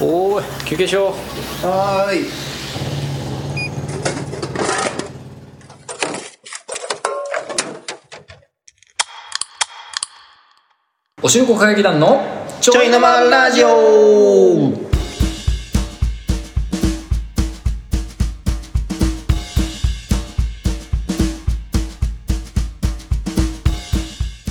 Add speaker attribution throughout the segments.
Speaker 1: おーい休憩しよ
Speaker 2: はーい
Speaker 1: うおしるこ歌劇団のち
Speaker 2: ちょいのまラジオ
Speaker 1: お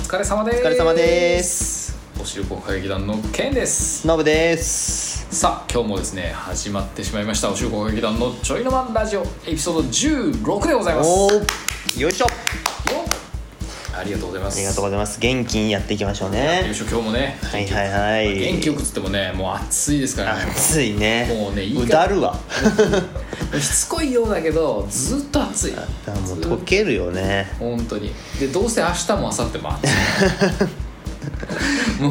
Speaker 1: 疲れ様で
Speaker 2: お
Speaker 1: す
Speaker 2: 疲れ様です
Speaker 1: おしるこ歌劇団のケンです
Speaker 2: ノブです
Speaker 1: さあ今日もですね始まってしまいましたおしるこ歌劇団のちょいのまラジオエピソード16でございます
Speaker 2: お
Speaker 1: よ
Speaker 2: ーよいしょ
Speaker 1: っありがとうございます
Speaker 2: ありがとう
Speaker 1: う
Speaker 2: ございます元気にやっていきましょう
Speaker 1: よい
Speaker 2: ね
Speaker 1: しょ今日もね
Speaker 2: はいはいはい
Speaker 1: 元気よくつってもねもう暑いですからね
Speaker 2: 暑いね
Speaker 1: もうねいいか
Speaker 2: うだる わ
Speaker 1: しつこいようだけどずっと暑い
Speaker 2: だからもう溶けるよね
Speaker 1: 本当にでどうせ明日も明後日も暑い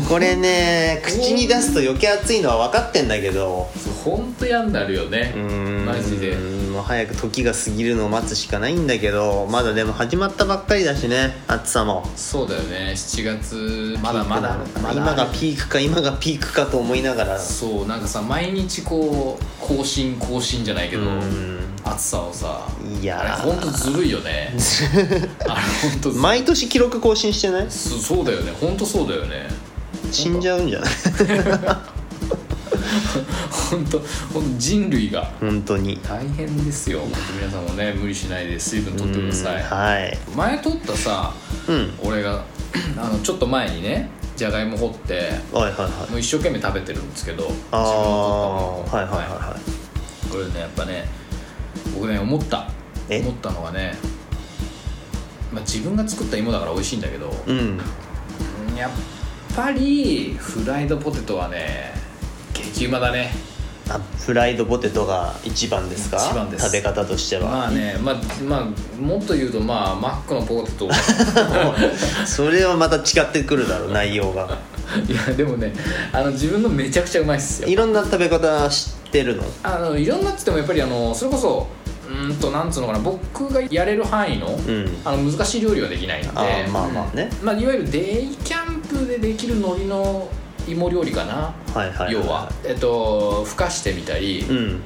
Speaker 2: これね口に出すと余計暑いのは分かってんだけど
Speaker 1: 本当嫌になるよね
Speaker 2: うーん
Speaker 1: マジで
Speaker 2: もう早く時が過ぎるのを待つしかないんだけどまだでも始まったばっかりだしね暑さも
Speaker 1: そうだよね7月まだまだまだ
Speaker 2: 今がピークか今がピークかと思いながら
Speaker 1: そうなんかさ毎日こう更新更新じゃないけど
Speaker 2: うん
Speaker 1: 暑さをさ
Speaker 2: いやー
Speaker 1: あれ本当ずるいよ ねあれ本当ずるい
Speaker 2: 毎年記録更新してない
Speaker 1: そそうだよね本当そうだよね
Speaker 2: 死んじゃうんじゃない
Speaker 1: 本当本当人類が
Speaker 2: 本当に
Speaker 1: 大変ですよ本当皆さんもね無理しないで水分取ってください
Speaker 2: うんはい
Speaker 1: 前撮ったさ
Speaker 2: うん
Speaker 1: 俺があのちょっと前にねじゃがいも掘って
Speaker 2: はいはいはい
Speaker 1: もう一生懸命食べてるんですけど自分
Speaker 2: ああ
Speaker 1: の
Speaker 2: は
Speaker 1: 撮ったもの
Speaker 2: いはいはいはい
Speaker 1: これねやっぱね僕ね思った
Speaker 2: え
Speaker 1: 思ったのがね、まあ、自分が作った芋だから美味しいんだけど、
Speaker 2: うん
Speaker 1: やっぱりフライドポテトはね激うまだね
Speaker 2: あフライドポテトが一番ですか
Speaker 1: 一番です
Speaker 2: 食べ方としては、
Speaker 1: まあねまあ、まあ、もっと言うとまあマックのポテ ト
Speaker 2: それはまた違ってくるだろう 内容が
Speaker 1: いやでもねあの自分のめちゃくちゃうまいっすよ
Speaker 2: いろんな食べ方知ってるの
Speaker 1: あのいろんなっつってもやっぱりあのそれこそうーんとなんつうのかな僕がやれる範囲の,、
Speaker 2: ん
Speaker 1: あの難しい料理はできないんで
Speaker 2: あーまあまあね
Speaker 1: うんまあ、いわゆるデイキャンプでできる海苔の芋料理かな、
Speaker 2: はいはいい
Speaker 1: 要は、えっと、ふかしてみたり、
Speaker 2: うん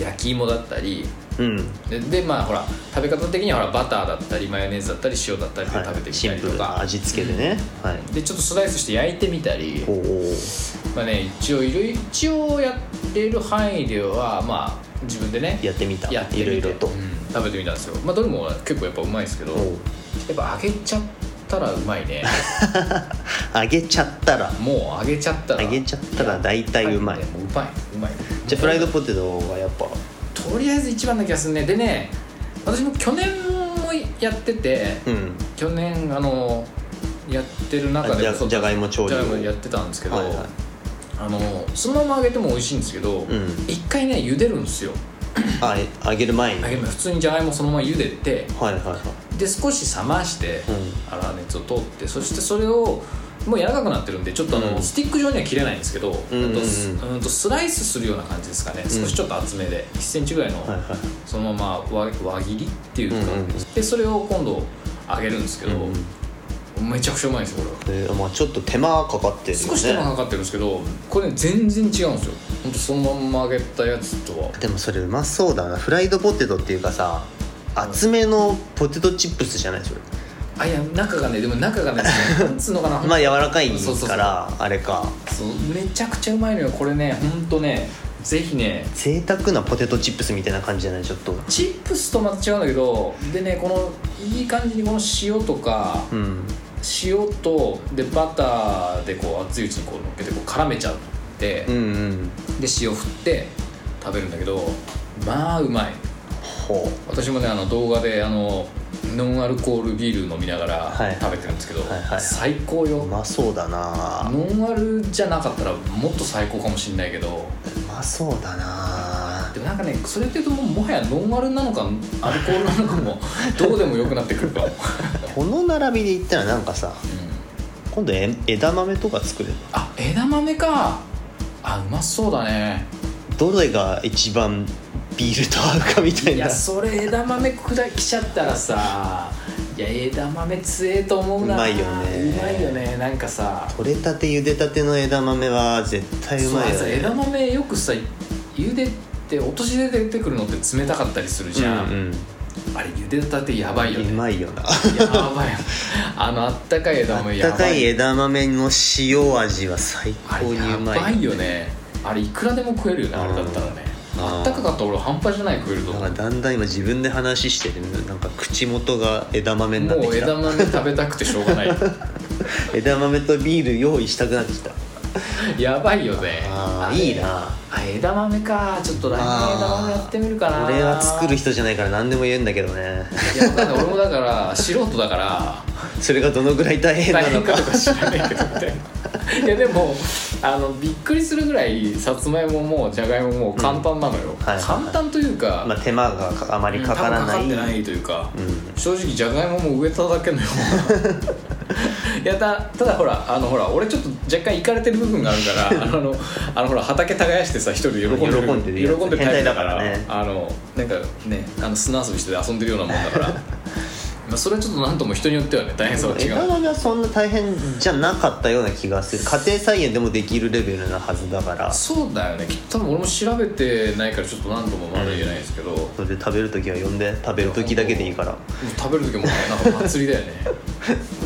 Speaker 1: 焼き芋だったり
Speaker 2: うん
Speaker 1: ででまあほら食べ方的にはほらバターだったりマヨネーズだったり塩だったりで
Speaker 2: はい
Speaker 1: 食べてみ
Speaker 2: シ
Speaker 1: た
Speaker 2: ン
Speaker 1: り
Speaker 2: プ
Speaker 1: と
Speaker 2: ル
Speaker 1: か、
Speaker 2: な味付けでね、はい
Speaker 1: でちょっとスライスして焼いてみたり
Speaker 2: おお
Speaker 1: まあね一応いろいろ一応やれる範囲ではまあ自分でね
Speaker 2: やってみた
Speaker 1: やってみ
Speaker 2: いろ
Speaker 1: て
Speaker 2: いろと、
Speaker 1: うん食べてみたんですよまあどれも結構やっぱうまいですけど
Speaker 2: おう
Speaker 1: やっぱ揚げちゃったらうまい ね
Speaker 2: 揚げちゃったら
Speaker 1: もう揚げちゃったら
Speaker 2: 揚げちゃったら大体うまい
Speaker 1: はもううまいうまい
Speaker 2: じゃあフライドポテトはやっぱ
Speaker 1: とりあえず一番な気がするねでね私も去年もやってて
Speaker 2: うん
Speaker 1: 去年あのやってる中
Speaker 2: あじ
Speaker 1: で
Speaker 2: ゃ
Speaker 1: も
Speaker 2: じゃがいも調理
Speaker 1: じゃがいも
Speaker 2: を
Speaker 1: やってたんですけど、
Speaker 2: はいはい
Speaker 1: あのそのまま揚げても美味しいんですけど、
Speaker 2: ん
Speaker 1: 一回ね茹でるんですよ
Speaker 2: あえ揚げる前に
Speaker 1: 揚
Speaker 2: は
Speaker 1: げ
Speaker 2: い
Speaker 1: も普通にじゃがいもそのまま茹でて
Speaker 2: はいは
Speaker 1: で少し冷まして、
Speaker 2: う
Speaker 1: 粗熱を取ってそしてそれをもう柔らかくなってるんでちょっとあの、
Speaker 2: うん
Speaker 1: スティック状には切れないんですけど、
Speaker 2: うんうんうん
Speaker 1: あとすうんとスライスするような感じですかね少しちょっと厚めで1センチぐらいの、
Speaker 2: いはいはい
Speaker 1: そのまま輪輪切りっていうか、
Speaker 2: うんうん
Speaker 1: でそれを今度揚げるんですけど、
Speaker 2: うん
Speaker 1: めちゃくちゃうまいですこれは。
Speaker 2: えーまあちょっと手間かかってるよね
Speaker 1: 少し手間かかってるんですけどこれね全然違うんですよほんとそのまんま揚げたやつとは
Speaker 2: でもそれうまそうだなフライドポテトっていうかさ厚めのポテトチップスじゃないそれ
Speaker 1: あいや中がねでも中 がねなんつうのかな、
Speaker 2: まあ柔らかい
Speaker 1: そうそうそう
Speaker 2: からあれか
Speaker 1: そうめちゃくちゃうまいのよこれねほんとねぜひね
Speaker 2: 贅沢なポテトチップスみたいな感じじゃないちょっと
Speaker 1: チップスとまた違うんだけどでねこのいい感じにこの塩とか
Speaker 2: うん
Speaker 1: 塩とでバターでこう熱いうちにこう乗っけてこう絡めちゃって、
Speaker 2: うんうん
Speaker 1: で塩振って食べるんだけどまあうまい
Speaker 2: ほ
Speaker 1: 私もねあの動画であのノンアルコールビール飲みなが
Speaker 2: は
Speaker 1: ら
Speaker 2: い
Speaker 1: 食べてるんですけど、
Speaker 2: はいはい
Speaker 1: 最高
Speaker 2: うう
Speaker 1: よノ
Speaker 2: まそうだな
Speaker 1: ンアルじゃなかったらもっと最高かもしれないけど
Speaker 2: うまそうだな
Speaker 1: でもなんかねそれって言うともうもはやノンアルなのかアルコールなのかもどうでもよくなってくるかも、
Speaker 2: この並びで言ったらなんかさ
Speaker 1: うん
Speaker 2: 今度え枝豆とか作れる
Speaker 1: あ枝豆かあうまそうだね
Speaker 2: どれが一番ビールと合うかみたい
Speaker 1: い
Speaker 2: な
Speaker 1: やそれ枝豆砕きちゃったらさいや枝豆強えと思うな
Speaker 2: うまいよね
Speaker 1: うまいよねなんかさ
Speaker 2: 取れたて茹でたての枝豆は絶対うまいよ
Speaker 1: そうあれさ
Speaker 2: ね
Speaker 1: 枝豆よくさ茹でて落としで出てくるのって冷たかったりするじゃん、
Speaker 2: うん
Speaker 1: あれ茹でたてやばいよ
Speaker 2: うん、う
Speaker 1: ね
Speaker 2: まいよな
Speaker 1: やば いあのあったかい枝豆やばい
Speaker 2: 高い枝豆の塩味は最
Speaker 1: あ
Speaker 2: 高
Speaker 1: れ
Speaker 2: に
Speaker 1: や
Speaker 2: うまい
Speaker 1: ばいよねあれいくらでも食えるよねあれだったらね
Speaker 2: うん
Speaker 1: あったかかったら俺半端じゃない食えると
Speaker 2: なん
Speaker 1: 思
Speaker 2: か
Speaker 1: う
Speaker 2: だんだん今自分で話しててなんか口元が枝豆になって
Speaker 1: もう
Speaker 2: きた
Speaker 1: 枝
Speaker 2: 枝
Speaker 1: 豆食べたくてしょうがない
Speaker 2: 豆とビール用意したくなってきた
Speaker 1: やばいよね
Speaker 2: ああ
Speaker 1: れ
Speaker 2: いいな
Speaker 1: あ枝豆かちょっと来年枝豆やってみるかな
Speaker 2: 俺は作る
Speaker 1: 人
Speaker 2: 人じゃないから何でも言えんだけどね
Speaker 1: いやわかんない俺もだから素人だから
Speaker 2: それがどのぐらい大変
Speaker 1: 大
Speaker 2: なの
Speaker 1: 変
Speaker 2: か
Speaker 1: かとか知らないけどみたい ないやでもあのびっくりするぐらいさつまいももじゃがいもも簡単なのよ、
Speaker 2: はいはい
Speaker 1: 簡単というか、
Speaker 2: まあ、手間がかあまりかからない,、
Speaker 1: うん多分かかってないというか、
Speaker 2: う
Speaker 1: 正直じゃがいもも植えただけのよ うないやたただほらあのほら俺ちょっと若干いかれてる部分があるから あのあのほら畑耕してさ一人で喜んでる
Speaker 2: 喜んでるやつ
Speaker 1: 喜んでるタイプだから
Speaker 2: 変態だ
Speaker 1: あのなんかねあの砂遊びして遊んでるようなもんだから まあそれはちょっと何とも人によってはね大変さは違
Speaker 2: 枝
Speaker 1: う
Speaker 2: 豆はそんな大変じゃなかったような気がする家庭菜園でもできるレベルなはずだからそ
Speaker 1: そうだよねきっと多分俺も調べてないからちょっと何ともまだ言えないですけど、もう
Speaker 2: れで食べる時は呼んで食べる時だけでいいから
Speaker 1: 食べる時もねなんか祭りだよね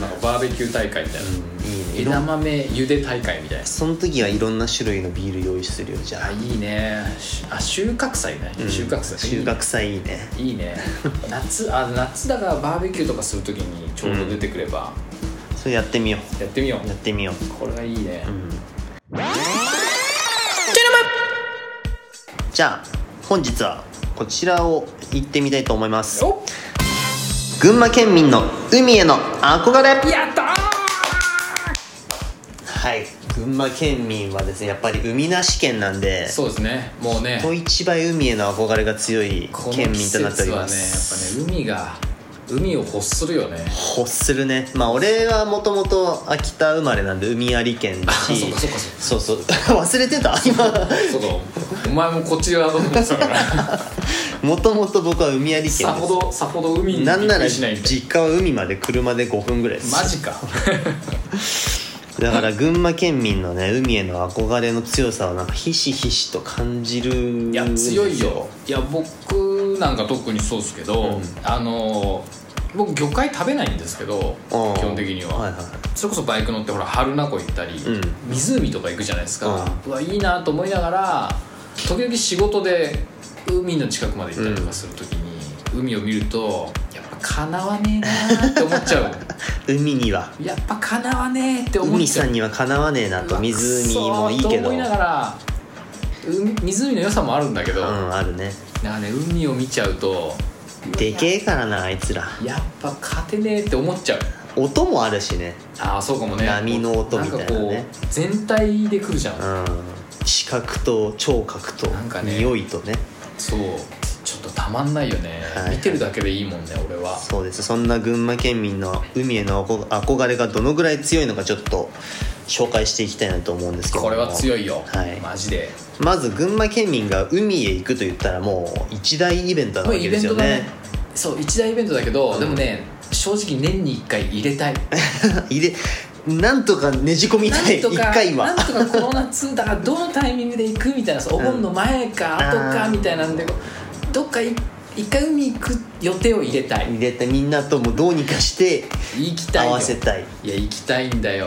Speaker 1: なんかバーベキュー大会みたいな、
Speaker 2: うんいいね
Speaker 1: 枝豆茹で大会みたいな
Speaker 2: その時はいろんな種類のビール用意するよじゃあ
Speaker 1: あいいねしあ収穫祭ね、
Speaker 2: うん
Speaker 1: 収穫祭
Speaker 2: 収穫祭いいね
Speaker 1: いいいい ね夏あ夏だからバーベキューとかするときにちょうど出てくれば、
Speaker 2: それやってみよう
Speaker 1: やってみよ
Speaker 2: や
Speaker 1: う
Speaker 2: ってみよう
Speaker 1: これがいいね、
Speaker 2: じゃあ本日はこちらを行ってみたいと思います
Speaker 1: お
Speaker 2: 群馬県民の海への憧れ
Speaker 1: やったー
Speaker 2: はい群馬県民はですねやっぱり海なし県なんで
Speaker 1: そうですねもうね
Speaker 2: 人一倍海への憧れが強い
Speaker 1: この
Speaker 2: 県
Speaker 1: 季
Speaker 2: 民となって
Speaker 1: 節
Speaker 2: おり
Speaker 1: は
Speaker 2: ま
Speaker 1: ね
Speaker 2: す
Speaker 1: やっぱね海が海を欲するよね
Speaker 2: 欲するねまあ俺はもともと秋田生まれなんで海あり県だ
Speaker 1: あ
Speaker 2: し
Speaker 1: そうかそうか
Speaker 2: そうそう 忘れてた今
Speaker 1: そうかお前もこっち側だと思ってたから
Speaker 2: もともと僕は海あり県です
Speaker 1: さほどさほど海に
Speaker 2: な
Speaker 1: び
Speaker 2: んな
Speaker 1: っく
Speaker 2: ら
Speaker 1: りしないみたい
Speaker 2: 実家は海まで車で5分ぐらいです
Speaker 1: マジか
Speaker 2: だから群馬県民のね海への憧れの強さをなんかひしひしと感じる
Speaker 1: いや強いよいや僕なんか特にそうですけど、
Speaker 2: うん
Speaker 1: あの僕魚介食べないんですけど基
Speaker 2: うん
Speaker 1: 本的には、
Speaker 2: はいはい
Speaker 1: それこそバイク乗ってほら春名湖行ったり、
Speaker 2: ん
Speaker 1: 湖とか行くじゃないですか、うわいいなと思いながら時々仕事で海の近くまで行ったりとかするときに、海を見るとやっぱかなわねえなって思っちゃ う
Speaker 2: 海には
Speaker 1: やっぱかなわねえって思っ
Speaker 2: 海
Speaker 1: ち
Speaker 2: さ
Speaker 1: ゃうん
Speaker 2: にはかなわねえなと湖もいいけ
Speaker 1: うわくそーと
Speaker 2: どう
Speaker 1: 思い
Speaker 2: ん
Speaker 1: ながら海湖の良さもあるんだけど、
Speaker 2: あるね
Speaker 1: なんかね海を見ちゃうと
Speaker 2: でけえからなあいつら
Speaker 1: やっぱ勝てねえって思っちゃう
Speaker 2: 音もあるしね
Speaker 1: ああそうかもね
Speaker 2: 波の音みたいなね
Speaker 1: んかこう全体で来るじゃん、
Speaker 2: うん視覚と聴覚と
Speaker 1: なんかね
Speaker 2: 匂いとね
Speaker 1: そうちょっとたまんないよね、
Speaker 2: はい
Speaker 1: 見てるだけでいいもんね俺は
Speaker 2: そうですそんな群馬県民の海への憧憧れがどのぐらい強いのかちょっと紹介していきたいなと思うんですけども
Speaker 1: これは強いよ、
Speaker 2: はい
Speaker 1: マジで
Speaker 2: まず群馬県民が海へ行くと言ったらもう一大イベントな
Speaker 1: もう
Speaker 2: わけ
Speaker 1: イ
Speaker 2: で
Speaker 1: ベン
Speaker 2: すよ
Speaker 1: トだね
Speaker 2: ね
Speaker 1: そう一大イベントだけど、でもね正直年に1回入れたい
Speaker 2: 入れなんとかねじ込みた
Speaker 1: なん
Speaker 2: い
Speaker 1: と
Speaker 2: 一
Speaker 1: か
Speaker 2: 回は
Speaker 1: なんとかこの夏だからどのタイミングで行くみたいなそうお盆の前か後かみたいなんでこうどっかい一回海行く予定を入れたい
Speaker 2: 入れてみんなともどうにかして
Speaker 1: 行きたい
Speaker 2: 合
Speaker 1: よ
Speaker 2: わせたい
Speaker 1: いや行きたいんだよ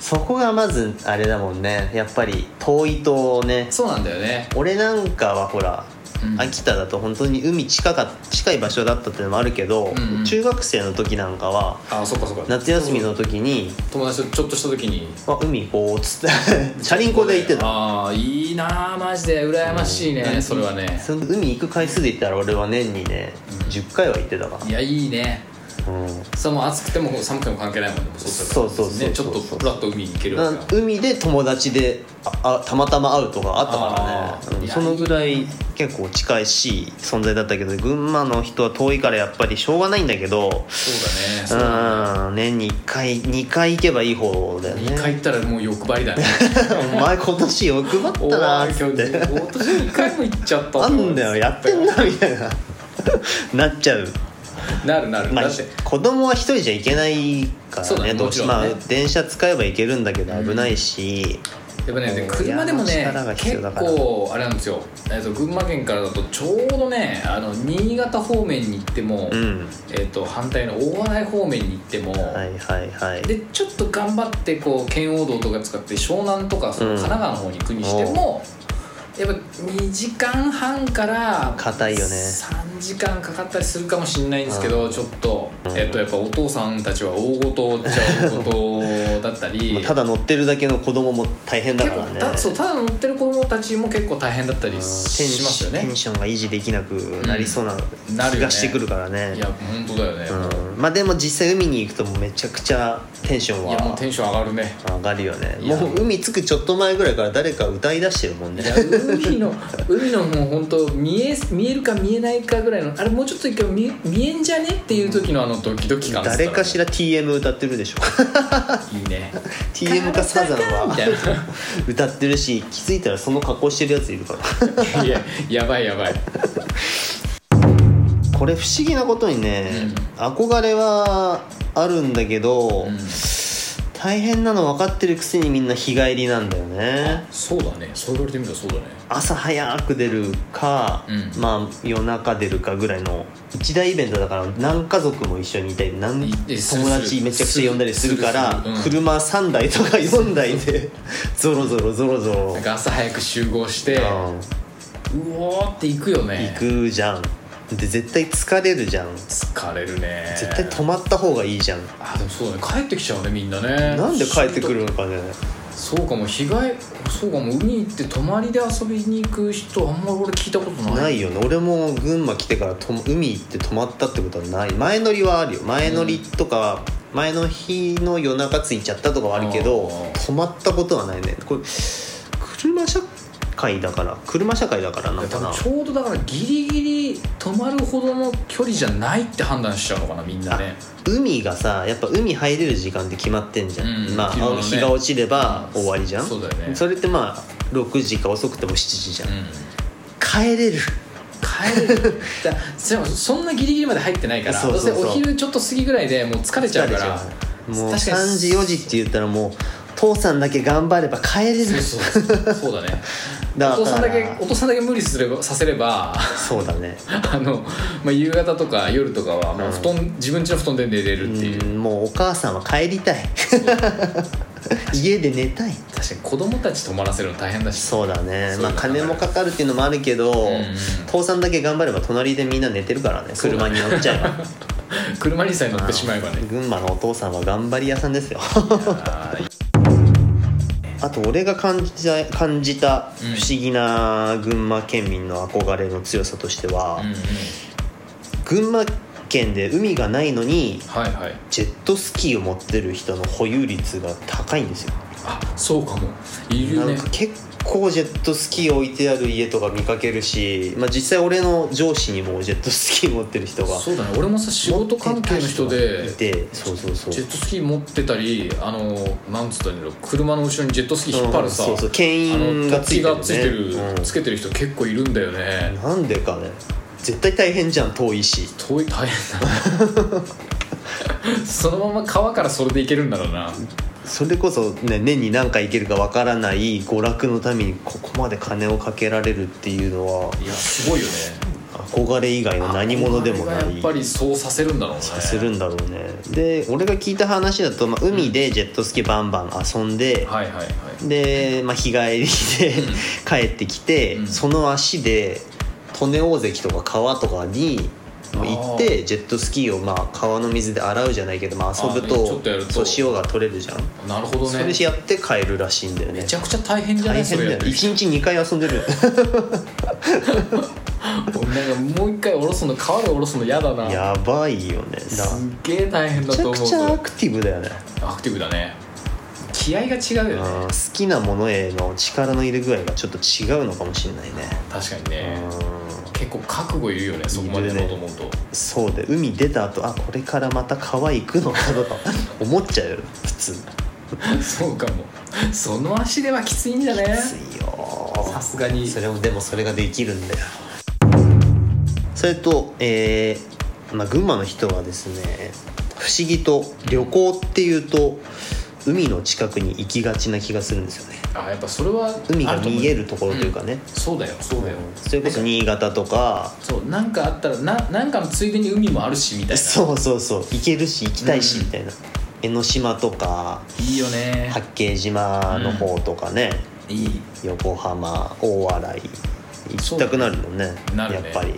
Speaker 2: そこがまずあれだもんねやっぱり遠いとね
Speaker 1: そうなんだよね
Speaker 2: 俺なんかはほら、
Speaker 1: うん
Speaker 2: 秋田だと本当に海近か近い場所だったっていうのもあるけど、
Speaker 1: んうん
Speaker 2: 中学生の時なんかは
Speaker 1: あそっかそっか
Speaker 2: 夏休みの時に
Speaker 1: 友達とちょっとした時に
Speaker 2: 「あ海行こう」っつっ てチャリンコで行ってた
Speaker 1: ああいいなあマジで羨ましいねそれはね
Speaker 2: その海行く回数で言ったら俺は年にね、10回は行ってたか
Speaker 1: いやいいね
Speaker 2: な、うん、
Speaker 1: それも暑くても寒くても関係ないもんねもう
Speaker 2: そうそうそうそう
Speaker 1: ねちょっとプラッと海に行けるわ
Speaker 2: な
Speaker 1: けだ
Speaker 2: 海で友達でああたまたま会うとかあったから
Speaker 1: あー
Speaker 2: ね、うん
Speaker 1: いや
Speaker 2: そのぐらい結構近いし存在だったけど群馬の人は遠いからやっぱりしょうがないんだけど
Speaker 1: そう
Speaker 2: う
Speaker 1: だね
Speaker 2: ん年に1回2回行けばいい方だよね
Speaker 1: 2回行ったらもう欲張りだね
Speaker 2: お前今年欲張ったな
Speaker 1: お
Speaker 2: ー
Speaker 1: ー
Speaker 2: っ
Speaker 1: 今日
Speaker 2: て
Speaker 1: 今年2回も行っちゃった
Speaker 2: なんだよやってん
Speaker 1: な
Speaker 2: なみたいななっちゃう
Speaker 1: なるなる、
Speaker 2: まあ
Speaker 1: だって、
Speaker 2: 子供は一人じゃ行けないか
Speaker 1: そう
Speaker 2: ら
Speaker 1: だ
Speaker 2: ね
Speaker 1: ね
Speaker 2: ど
Speaker 1: も
Speaker 2: う
Speaker 1: ち
Speaker 2: し
Speaker 1: ろんね
Speaker 2: まあ電車使えば行けるんだけど危ないし、
Speaker 1: やっぱねで
Speaker 2: うん
Speaker 1: 車でも
Speaker 2: い
Speaker 1: ね
Speaker 2: や力が必
Speaker 1: 結
Speaker 2: 要だから
Speaker 1: 構あれなんですよ、えー、と群馬県からだとちょうどねあの新潟方面に行っても、
Speaker 2: うん、
Speaker 1: えー、と反対の大洗方面に行っても、
Speaker 2: はいはいはい
Speaker 1: でちょっと頑張ってこう圏央道とか使って湘南とかその
Speaker 2: うん
Speaker 1: 神奈川の方に行くにしても、やっぱ2時間半から
Speaker 2: 硬いよね
Speaker 1: 3時間かかったりするかもしれないんですけど、ちょっと,、えっとやっぱお父さんたちは大ごとっちゃ大ごとだったり
Speaker 2: まあただ乗ってるだけの子供も大変だ
Speaker 1: 結
Speaker 2: か
Speaker 1: 構
Speaker 2: らね
Speaker 1: たそうただ乗ってる子供たちも結構大変だった
Speaker 2: うん
Speaker 1: り
Speaker 2: テン
Speaker 1: しますよ
Speaker 2: テ
Speaker 1: ね
Speaker 2: ン。ションが維持できなくなりそうな
Speaker 1: うんなるよね
Speaker 2: 気がしてくるからね,、
Speaker 1: いや本当だよね、
Speaker 2: うん、まあでも実際海に行くともうめちゃくちゃテンション
Speaker 1: いやもう
Speaker 2: は
Speaker 1: テンション上がるね。
Speaker 2: 上がるよね
Speaker 1: いや
Speaker 2: もう海着くちょっと前ぐらいから誰か歌い出してるもんね
Speaker 1: いや海の海のもう本当見え見えるか見えないかぐらいのあれもうちょっと一回見え見えんじゃねっていう時のあのドキドキ感
Speaker 2: 誰かし
Speaker 1: ら
Speaker 2: ら TM 歌ってるでし ょ
Speaker 1: いいね
Speaker 2: TM かサザン
Speaker 1: みた
Speaker 2: はい歌ってるし気づいたらその格好してるやついるから
Speaker 1: ないややばいやばい
Speaker 2: これ不思議なことにね、憧れはあるんだけど、
Speaker 1: うん
Speaker 2: 大変なの分かってるくせにみんな日帰りなんだよね
Speaker 1: そうだねそう言われてみたらそうだね
Speaker 2: 朝早く出るか、
Speaker 1: うん
Speaker 2: まあ夜中出るかぐらいの一大イベントだから何家族も一緒にいたり何
Speaker 1: い
Speaker 2: 友
Speaker 1: えするす
Speaker 2: 達
Speaker 1: る
Speaker 2: めちゃくちゃ呼んだりするから
Speaker 1: するするうん
Speaker 2: 車3台とか4 台でゾロゾロゾロゾロ
Speaker 1: なんか朝早く集合して
Speaker 2: う
Speaker 1: うおーって行くよ
Speaker 2: ん
Speaker 1: ね
Speaker 2: 行くじゃんで絶対疲れるじゃん
Speaker 1: 疲れるね
Speaker 2: 絶対泊まった方がいいじゃん
Speaker 1: あでもそうだね帰ってきちゃうねみんなね
Speaker 2: なんで帰ってくるのかね
Speaker 1: そうかも日帰そうかも海行って泊まりで遊びに行く人あんまり俺聞いたこと
Speaker 2: な
Speaker 1: ない
Speaker 2: いよね俺も群馬来てからと海行って泊まったってことはない前乗りはあるよ前乗りとか、前の日の夜中着いちゃったとかはあるけど
Speaker 1: あー
Speaker 2: 泊まったことはないねこれ車社会だから車社会だからなの
Speaker 1: 多
Speaker 2: かな
Speaker 1: 分ちょうどだからギリギリ止まるほどの距離じゃないって判断しちゃうのかなみんなね
Speaker 2: 海がさやっぱ海入れる時間って決まってんじゃん、
Speaker 1: うん
Speaker 2: まあ
Speaker 1: 昨日のね
Speaker 2: 日が落ちれば終わりじゃん、
Speaker 1: そうだよね
Speaker 2: それってまあ6時か遅くても7時じゃん、
Speaker 1: うん
Speaker 2: 帰れる
Speaker 1: 帰れるだでもそんなギリギリまで入ってないから
Speaker 2: そうそうそう
Speaker 1: どうせお昼ちょっと過ぎぐらいでもう疲れちゃうから
Speaker 2: もう
Speaker 1: 確かに
Speaker 2: 3時4時って言ったらもう父さんだけ頑張れば帰れ る
Speaker 1: そうそうそうそうだね
Speaker 2: だ
Speaker 1: お
Speaker 2: から
Speaker 1: 父さんだけお父さんだけ無理すればさせれば
Speaker 2: そうだね
Speaker 1: あの、まあ、夕方とか夜とかはもう布団、自分家の布団で寝れるっていう、
Speaker 2: うんもうお母さんは帰り たい家で寝たい
Speaker 1: 確かに子供たち泊まらせるの大変だし
Speaker 2: そうだね
Speaker 1: そう
Speaker 2: ま
Speaker 1: だ
Speaker 2: あ
Speaker 1: ね
Speaker 2: 金もかかるっていうのもあるけど、
Speaker 1: ん
Speaker 2: 父さんだけ頑張れば隣でみんな寝てるからね
Speaker 1: そうだ
Speaker 2: 車
Speaker 1: ね
Speaker 2: に乗っち ゃえば、
Speaker 1: 車にさえ乗ってしまえばね
Speaker 2: 群馬のお父さんは頑張り屋さんですよ
Speaker 1: あー
Speaker 2: あと俺が感じた感じた不思議な群馬県民の憧れの強さとしては、
Speaker 1: うんうん
Speaker 2: 群馬県で海がないのに
Speaker 1: はいはい
Speaker 2: ジェットスキーを持ってる人の保有率が高いんですよ、
Speaker 1: あそうかもいる
Speaker 2: な
Speaker 1: ね
Speaker 2: んか結構ジェットスキー置いてある家とか見かけるし、まあ、実際俺の上司にもジェットスキー持ってる人が
Speaker 1: そうだね俺もさ仕事関係の人で
Speaker 2: いてそうそうそう
Speaker 1: ジェットスキー持ってたりあのなんつったらいいんだろう車の後ろにジェットスキー引っ張るさ、
Speaker 2: うんそうそう牽
Speaker 1: あの
Speaker 2: 引がつい
Speaker 1: 突起
Speaker 2: てる,、ね、
Speaker 1: がついてる、
Speaker 2: うん
Speaker 1: つけてる人結構いるんだよね
Speaker 2: なんでかね絶対大変じゃん遠いし
Speaker 1: 遠い大変 だなそのまま川からそれでいけるんだろうな
Speaker 2: それこそ、ね、年に何回行けるかわからない娯楽のためにここまで金をかけられるっていうのはい
Speaker 1: やすごいよね
Speaker 2: 憧れ以外の何者でもな
Speaker 1: あれがや
Speaker 2: い
Speaker 1: っぱりそうさせるんだろうね
Speaker 2: させるんだろうねで俺が聞いた話だと、まあ、海でジェットスキーバンバン遊んで、
Speaker 1: はいはいはい
Speaker 2: で、まあ、日帰りで帰ってきて、
Speaker 1: うん
Speaker 2: その足で利根大関とか川とかに行ってジェットスキーをまあ川の水で洗うじゃないけど、まあ、遊ぶ
Speaker 1: あーねちょ
Speaker 2: と
Speaker 1: っとやると
Speaker 2: そう塩が取れるじゃん
Speaker 1: なるほど
Speaker 2: そ
Speaker 1: ね
Speaker 2: れやって帰るらしいんだよね
Speaker 1: めちゃくちゃ大変じゃな
Speaker 2: 大
Speaker 1: いそ
Speaker 2: 変
Speaker 1: れ
Speaker 2: だ
Speaker 1: や
Speaker 2: よ
Speaker 1: っ
Speaker 2: ね
Speaker 1: てる人
Speaker 2: 1日2回遊ん でるよね
Speaker 1: なんかもう一回下ろすの川で下ろすの嫌だな
Speaker 2: やばいよねだ
Speaker 1: すっげえ大変
Speaker 2: め
Speaker 1: だ
Speaker 2: ち
Speaker 1: と
Speaker 2: ゃ
Speaker 1: 思う
Speaker 2: くちゃアクティブだよね
Speaker 1: アクティブだね気合が違うよね
Speaker 2: うん好きなものへの力の入れ具合がちょっと違うのかもしれないね、
Speaker 1: 確かにね
Speaker 2: うん
Speaker 1: 結構覚悟いるよねそこまでのと思うと、
Speaker 2: そうで海出た後あこれからまた川行くのかとか 思っちゃうよ普通 き
Speaker 1: そうかもその足ではきついんじゃね
Speaker 2: ついよ
Speaker 1: さすがに
Speaker 2: それもでもそれができるんだよそれとえーまあ、群馬の人はですね不思議と旅行っていうと海の近くに行きがちな気がするんですよね
Speaker 1: あやっぱそれは
Speaker 2: 海
Speaker 1: あ
Speaker 2: が
Speaker 1: と思う
Speaker 2: 見えるところというかね、
Speaker 1: そうだよそうだよ、
Speaker 2: それこそ新潟とか
Speaker 1: そうなんかあったらななんかのついでに海もあるしみたいな
Speaker 2: そうそうそう行けるし行きたいしみたいな、江ノ島とか
Speaker 1: いいよね
Speaker 2: 八景島の方とかね、
Speaker 1: いい
Speaker 2: 横浜大洗行きたくなるもんね
Speaker 1: うだねなる
Speaker 2: やっ
Speaker 1: ね
Speaker 2: ぱり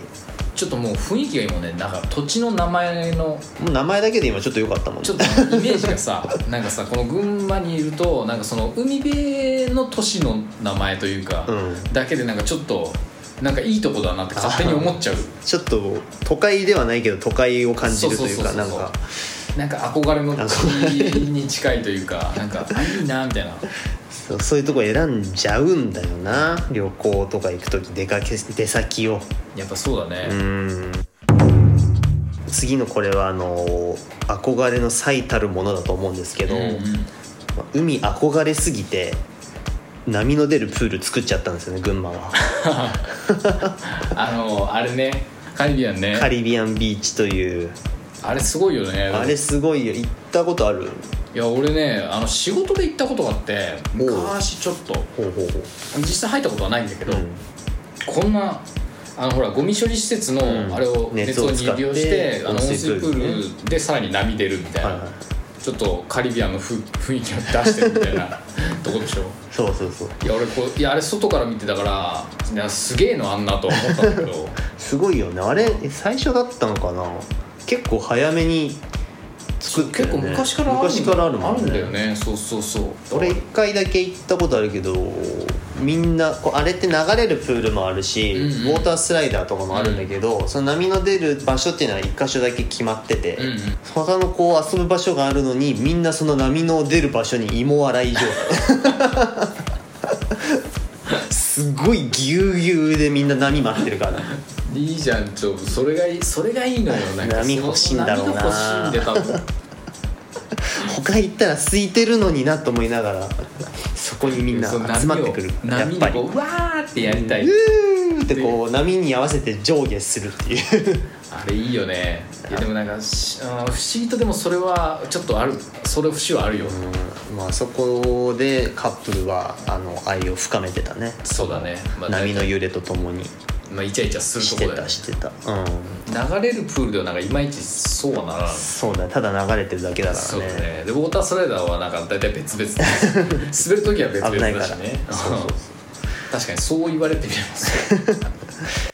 Speaker 1: ちょっともう雰囲気がいいもんねなんか土地の名前の
Speaker 2: もう名前だけで今ちょっと良かったもんね
Speaker 1: ちょっとイメージがさ なんかさこの群馬にいるとなんかその海辺の都市の名前というか、
Speaker 2: うん
Speaker 1: だけでなんかちょっとなんかいいとこだなって勝手に思っちゃう
Speaker 2: ちょっと都会ではないけど都会を感じるというか
Speaker 1: そうそう
Speaker 2: な
Speaker 1: そ
Speaker 2: ん
Speaker 1: うそう
Speaker 2: か
Speaker 1: なんか憧れの地に近いというかなんかあいいなみたいな
Speaker 2: そうそういうとこ選んじゃうんだよな旅行とか行く時出かけ出先を
Speaker 1: やっぱそうだね、
Speaker 2: うん次のこれはあの憧れの最たるものだと思うんですけど、
Speaker 1: うんうん
Speaker 2: まあ海憧れすぎて波の出るプール作っちゃったんですよね群馬は
Speaker 1: あのあれねカリビアンね
Speaker 2: カリビアンビーチという
Speaker 1: あれすごいよね
Speaker 2: あれすごいよ行ったことある
Speaker 1: いや俺ねあの仕事で行ったことがあって
Speaker 2: おう
Speaker 1: 昔ちょっと
Speaker 2: ほうほうほう
Speaker 1: 実際入ったことはないんだけど、
Speaker 2: うん
Speaker 1: こんなあのほらゴミ処理施設の
Speaker 2: うん
Speaker 1: あれを熱
Speaker 2: 熱
Speaker 1: を
Speaker 2: を使
Speaker 1: 利
Speaker 2: って
Speaker 1: 用して、あの温
Speaker 2: 温
Speaker 1: 水
Speaker 2: 水
Speaker 1: プ
Speaker 2: プ
Speaker 1: ー
Speaker 2: ー
Speaker 1: ルでさらに波出るみたいな、
Speaker 2: はいはい
Speaker 1: ちょっとカリビアンのふ雰囲気を出してるみたい なとこでしょ
Speaker 2: そうそうそう
Speaker 1: いや俺こういやあれ外から見てたからいやすげえのあんなとは思ったんだ けど
Speaker 2: すごいよねあれ最初だったのかな結構早めに作っ
Speaker 1: 結
Speaker 2: てる、
Speaker 1: 構
Speaker 2: ね、
Speaker 1: 昔からある
Speaker 2: 昔からあるもんね
Speaker 1: んだよねそうそうそう
Speaker 2: 俺1回だけ行ったことあるけどみんなこうあれって流れるプールもあるし、
Speaker 1: うんうん
Speaker 2: ウォータースライダーとかもあるんだけど、その波の出る場所っていうのは1箇所だけ決まってて、
Speaker 1: うんうん
Speaker 2: 他のこう遊ぶ場所があるのにみんなその波の出る場所に芋洗い 状態すごいぎゅうぎゅうでみんな波待ってるから
Speaker 1: いいじゃんちょそれがいいそれがいいのよなんか
Speaker 2: 波欲しいんだろう
Speaker 1: 波
Speaker 2: な
Speaker 1: が欲しいんで多分
Speaker 2: 他行ったら空いてるのになと思いながらそこにみんな
Speaker 1: そう
Speaker 2: 集まってくるやっ
Speaker 1: 波を
Speaker 2: ぱ
Speaker 1: 波に
Speaker 2: り
Speaker 1: こううわーってやりたい、
Speaker 2: うーってこう波に合わせて上下するっていう
Speaker 1: あれいいよねいやでもなんかしあー不思議とでもそれはちょっとあるそれ節はあるよ、
Speaker 2: うんまあそこでカップルはあの愛を深めてたね
Speaker 1: そうだね、まあ、
Speaker 2: 波の揺れとともに
Speaker 1: まあ、イチャイチャする
Speaker 2: し
Speaker 1: と
Speaker 2: て
Speaker 1: こだよ
Speaker 2: た
Speaker 1: ね
Speaker 2: してたう
Speaker 1: 流
Speaker 2: ん
Speaker 1: れるプールではなんかいまいちそうはならない
Speaker 2: そうだねただ流れてるだけだか
Speaker 1: そう
Speaker 2: ら
Speaker 1: だ
Speaker 2: ね
Speaker 1: ねでウォータースライダーはなんか大体別々だし滑る時は別
Speaker 2: 危ない
Speaker 1: 々
Speaker 2: か
Speaker 1: だ
Speaker 2: ら
Speaker 1: しね
Speaker 2: そうそうそ
Speaker 1: う
Speaker 2: う
Speaker 1: ん確かにそう言われてみればそう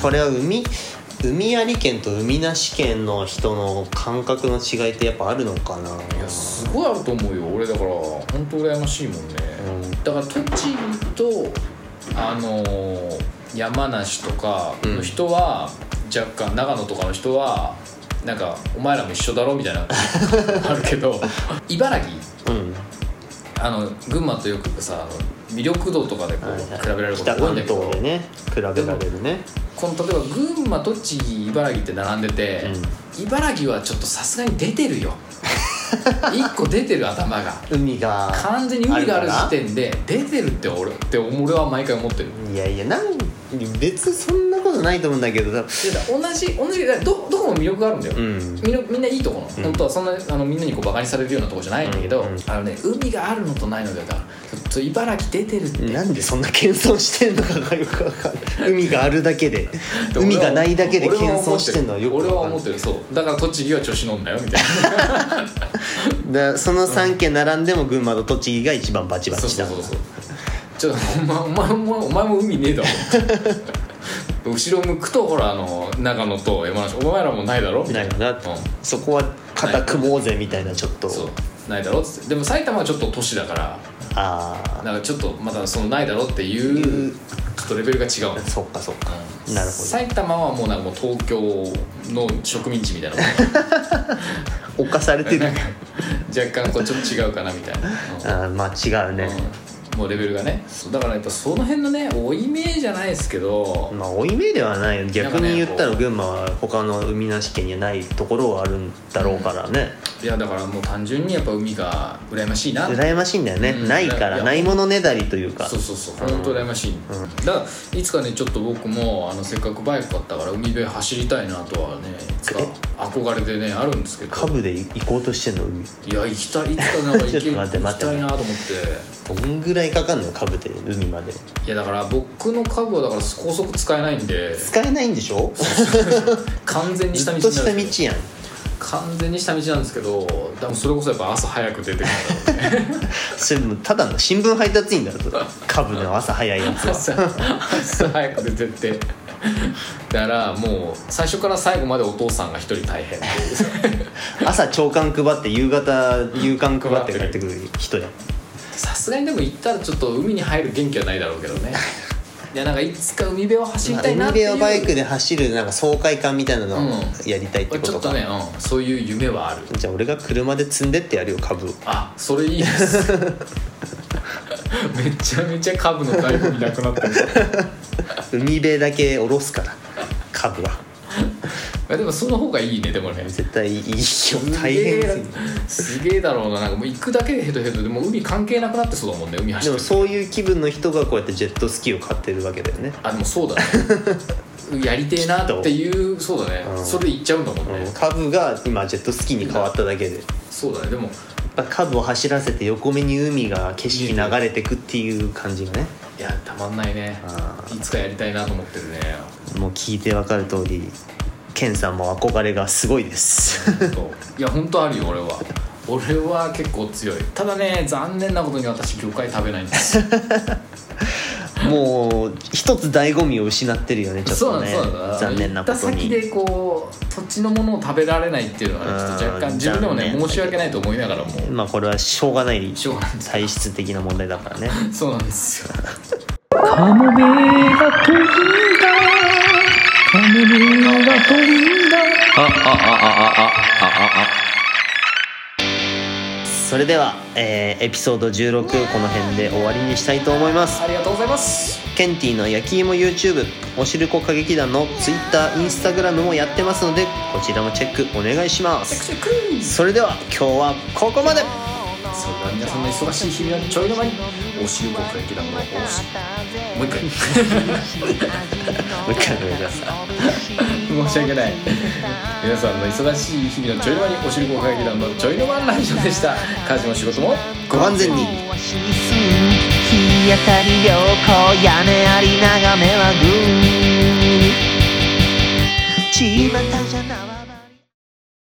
Speaker 2: これは海海あり県と海なし県の人の感覚の違いってやっぱあるのかない
Speaker 1: やすごいあると思うよ俺だから本当羨ましいもんね、
Speaker 2: うん
Speaker 1: だから栃木とあのー山梨とかの人は、若干長野とかの人はなんかお前らも一緒だろみ たいなあるけど茨城
Speaker 2: うん
Speaker 1: あの群馬とよくさあの魅力度とかでこう、
Speaker 2: はいはい
Speaker 1: 比べられること
Speaker 2: 北
Speaker 1: が多い
Speaker 2: 関
Speaker 1: んだけど
Speaker 2: 東でね比べられるね
Speaker 1: この例えば群馬栃木茨城って並んでて、茨城はちょっとさすがに出て るよ一個出てる頭が
Speaker 2: 海が
Speaker 1: 完全に海がある
Speaker 2: あるか
Speaker 1: 時
Speaker 2: ら
Speaker 1: 点で出てるって俺って俺は毎回思ってる
Speaker 2: いやいやなん別にそんなことないと思うんだけどだ
Speaker 1: でだ同じ同じだからどどこも魅力があるんだよ、
Speaker 2: うん
Speaker 1: みんなみんないいとこなの、本当はそんなあのみんなにこうバカにされるようなとこじゃないんだけど、
Speaker 2: うんうん
Speaker 1: あのね海があるのとないのでだからちょっと茨城出てるって
Speaker 2: なんでそんな謙遜してんのかがよくわかんない海があるだけで海がないだけで謙遜してんのはよく
Speaker 1: 俺は
Speaker 2: わかん
Speaker 1: 思
Speaker 2: ない
Speaker 1: ってるそうだから栃木は調子乗んなよみたい な
Speaker 2: だその3県並んでも群馬と栃木が一番バチバ
Speaker 1: そう
Speaker 2: チ
Speaker 1: そう
Speaker 2: だ
Speaker 1: そうそうちょっとお前お前お前お前も海ねえだろ後ろ向くとほらあの長野と山梨お前らもないだろみた
Speaker 2: ない
Speaker 1: い
Speaker 2: よ
Speaker 1: な
Speaker 2: な、
Speaker 1: うん
Speaker 2: そこは固くもうぜみたいなちょっと
Speaker 1: そうないだろっつってでも埼玉はちょっと都市だから
Speaker 2: あ
Speaker 1: なんかちょっとまだそのないだろっていうちょっとレベルが違うの、
Speaker 2: あそっかそっか
Speaker 1: うん
Speaker 2: なるほど
Speaker 1: 埼玉はもうなんかもう東京の植民地みた いなもん
Speaker 2: 侵されてる
Speaker 1: なんか若干こうちょっと違うかなみたいな、うん
Speaker 2: あーまあ違うね、
Speaker 1: うんもうレベルがねそうだからやっぱその辺のね負い目じゃないですけど、
Speaker 2: まあ負い目ではないよ逆
Speaker 1: なんか
Speaker 2: に
Speaker 1: ね
Speaker 2: 言ったら
Speaker 1: こう
Speaker 2: 群馬は他の海なし県にはないところはあるんだろうからね、
Speaker 1: いやだからもう単純にやっぱ海が羨ましいなって
Speaker 2: 羨ましいんだよね、
Speaker 1: うん
Speaker 2: ないか
Speaker 1: い
Speaker 2: ら
Speaker 1: や
Speaker 2: ないものねだりというか
Speaker 1: そうそうそう本当羨ましい、
Speaker 2: うん
Speaker 1: だからいつかねちょっと僕もあのせっかくバイク買ったから海辺走りたいなとはねいつか憧れでねあるんですけど
Speaker 2: 下部で行こうとしてんの海
Speaker 1: いや行きたいいつかなんか行
Speaker 2: ち
Speaker 1: け
Speaker 2: ょっと待って
Speaker 1: 行
Speaker 2: 待
Speaker 1: き
Speaker 2: って
Speaker 1: たいなと思って
Speaker 2: どんぐらいかかんの下部で海まで
Speaker 1: いやだから僕の株はだから高速使えないんで
Speaker 2: 使えないんでしょ
Speaker 1: 完全に
Speaker 2: ず
Speaker 1: 下道
Speaker 2: っ
Speaker 1: にな
Speaker 2: と
Speaker 1: る
Speaker 2: 下道やん
Speaker 1: 完全に下道なんですけどでもそれこそやっぱ朝早く出てくるからね
Speaker 2: それもうただの新聞配達員だろそれ下部の朝早いやつは
Speaker 1: 朝朝早く出てってだからもう最初から最後までお父さんが一人大変っていう
Speaker 2: 朝朝刊配って夕方夕刊配って帰ってくる人やん
Speaker 1: さすがにでも行ったらちょっと海に入る元気はないだろうけどね いやなんかいつか海辺を走りたい
Speaker 2: 海
Speaker 1: なってい
Speaker 2: 辺
Speaker 1: う
Speaker 2: をバイクで走るなんか爽快感みたいなのを
Speaker 1: うん
Speaker 2: やりたいってこ
Speaker 1: ちょ
Speaker 2: と
Speaker 1: っと
Speaker 2: か、
Speaker 1: ね、うん、そういう夢はある
Speaker 2: じゃあ俺が車で積んでってやるよ株を
Speaker 1: あそれいいです めちゃめちゃ株の醍醐味なくなったみたいない
Speaker 2: 海辺だけ下ろすから株は
Speaker 1: やでもその方がいいねでもね
Speaker 2: 絶対いいよ大変すぎる
Speaker 1: すげえだろうななんかもう行くだけでヘトヘトでもう海関係なくなってそうだもんね海走
Speaker 2: で
Speaker 1: って
Speaker 2: も
Speaker 1: る
Speaker 2: そういう気分の人がこうやってジェットスキーを買ってるわけだよね、
Speaker 1: あでもそうだね やりてえなっていうそうだね、
Speaker 2: うん
Speaker 1: それで行っちゃうんだもんね、
Speaker 2: うん、株が今ジェットスキーに変わっただけでやっ
Speaker 1: そうだねでも
Speaker 2: ぱ株を走らせて横目に海が景色流れてくっていう感じがね
Speaker 1: いやたまんないね
Speaker 2: あ
Speaker 1: いつかやりたいなと思ってるね
Speaker 2: もう聞いてわかる通りケンさんも憧れがすご いです
Speaker 1: そういや本当あるよ俺は俺は結構強いただね残念なことに私魚介食べないんですよ
Speaker 2: もう一つ醍醐味を失ってるよねちょっ
Speaker 1: そう
Speaker 2: と
Speaker 1: なん
Speaker 2: ね
Speaker 1: そうなん
Speaker 2: 残念なこ
Speaker 1: 行った
Speaker 2: と
Speaker 1: 先
Speaker 2: に
Speaker 1: でこう土地のものを食べられないっていうのはねちょっと若
Speaker 2: うん
Speaker 1: 干自分でも
Speaker 2: 残
Speaker 1: ね
Speaker 2: 念
Speaker 1: 申し訳ないと思いながらも
Speaker 2: まあこれはしょうがない
Speaker 1: しょうがないです
Speaker 2: 体質的な問題だからね
Speaker 1: そうなんですよ
Speaker 2: カモメが飛んだカモメが飛んだああああああああそれでは、えーエピソード16この辺で終わりにしたいと思います
Speaker 1: ありがとうございます
Speaker 2: ケンティの焼き芋 YouTube おしるこ歌劇団の TwitterInstagram もやってますのでこちらもチェックお願いしますそれでは今日はここまで
Speaker 1: それでは皆さんの忙しい日々のちょいの間におしるこ会議団のおしもう一回
Speaker 2: もう一回お願いします
Speaker 1: 申し訳ない皆さんの忙しい日々のちょいの間におしるこ会議団のちょいの間ラジオでした家事も仕事も
Speaker 2: ご安全に
Speaker 3: 日当たり良好屋根あり眺めはグー巷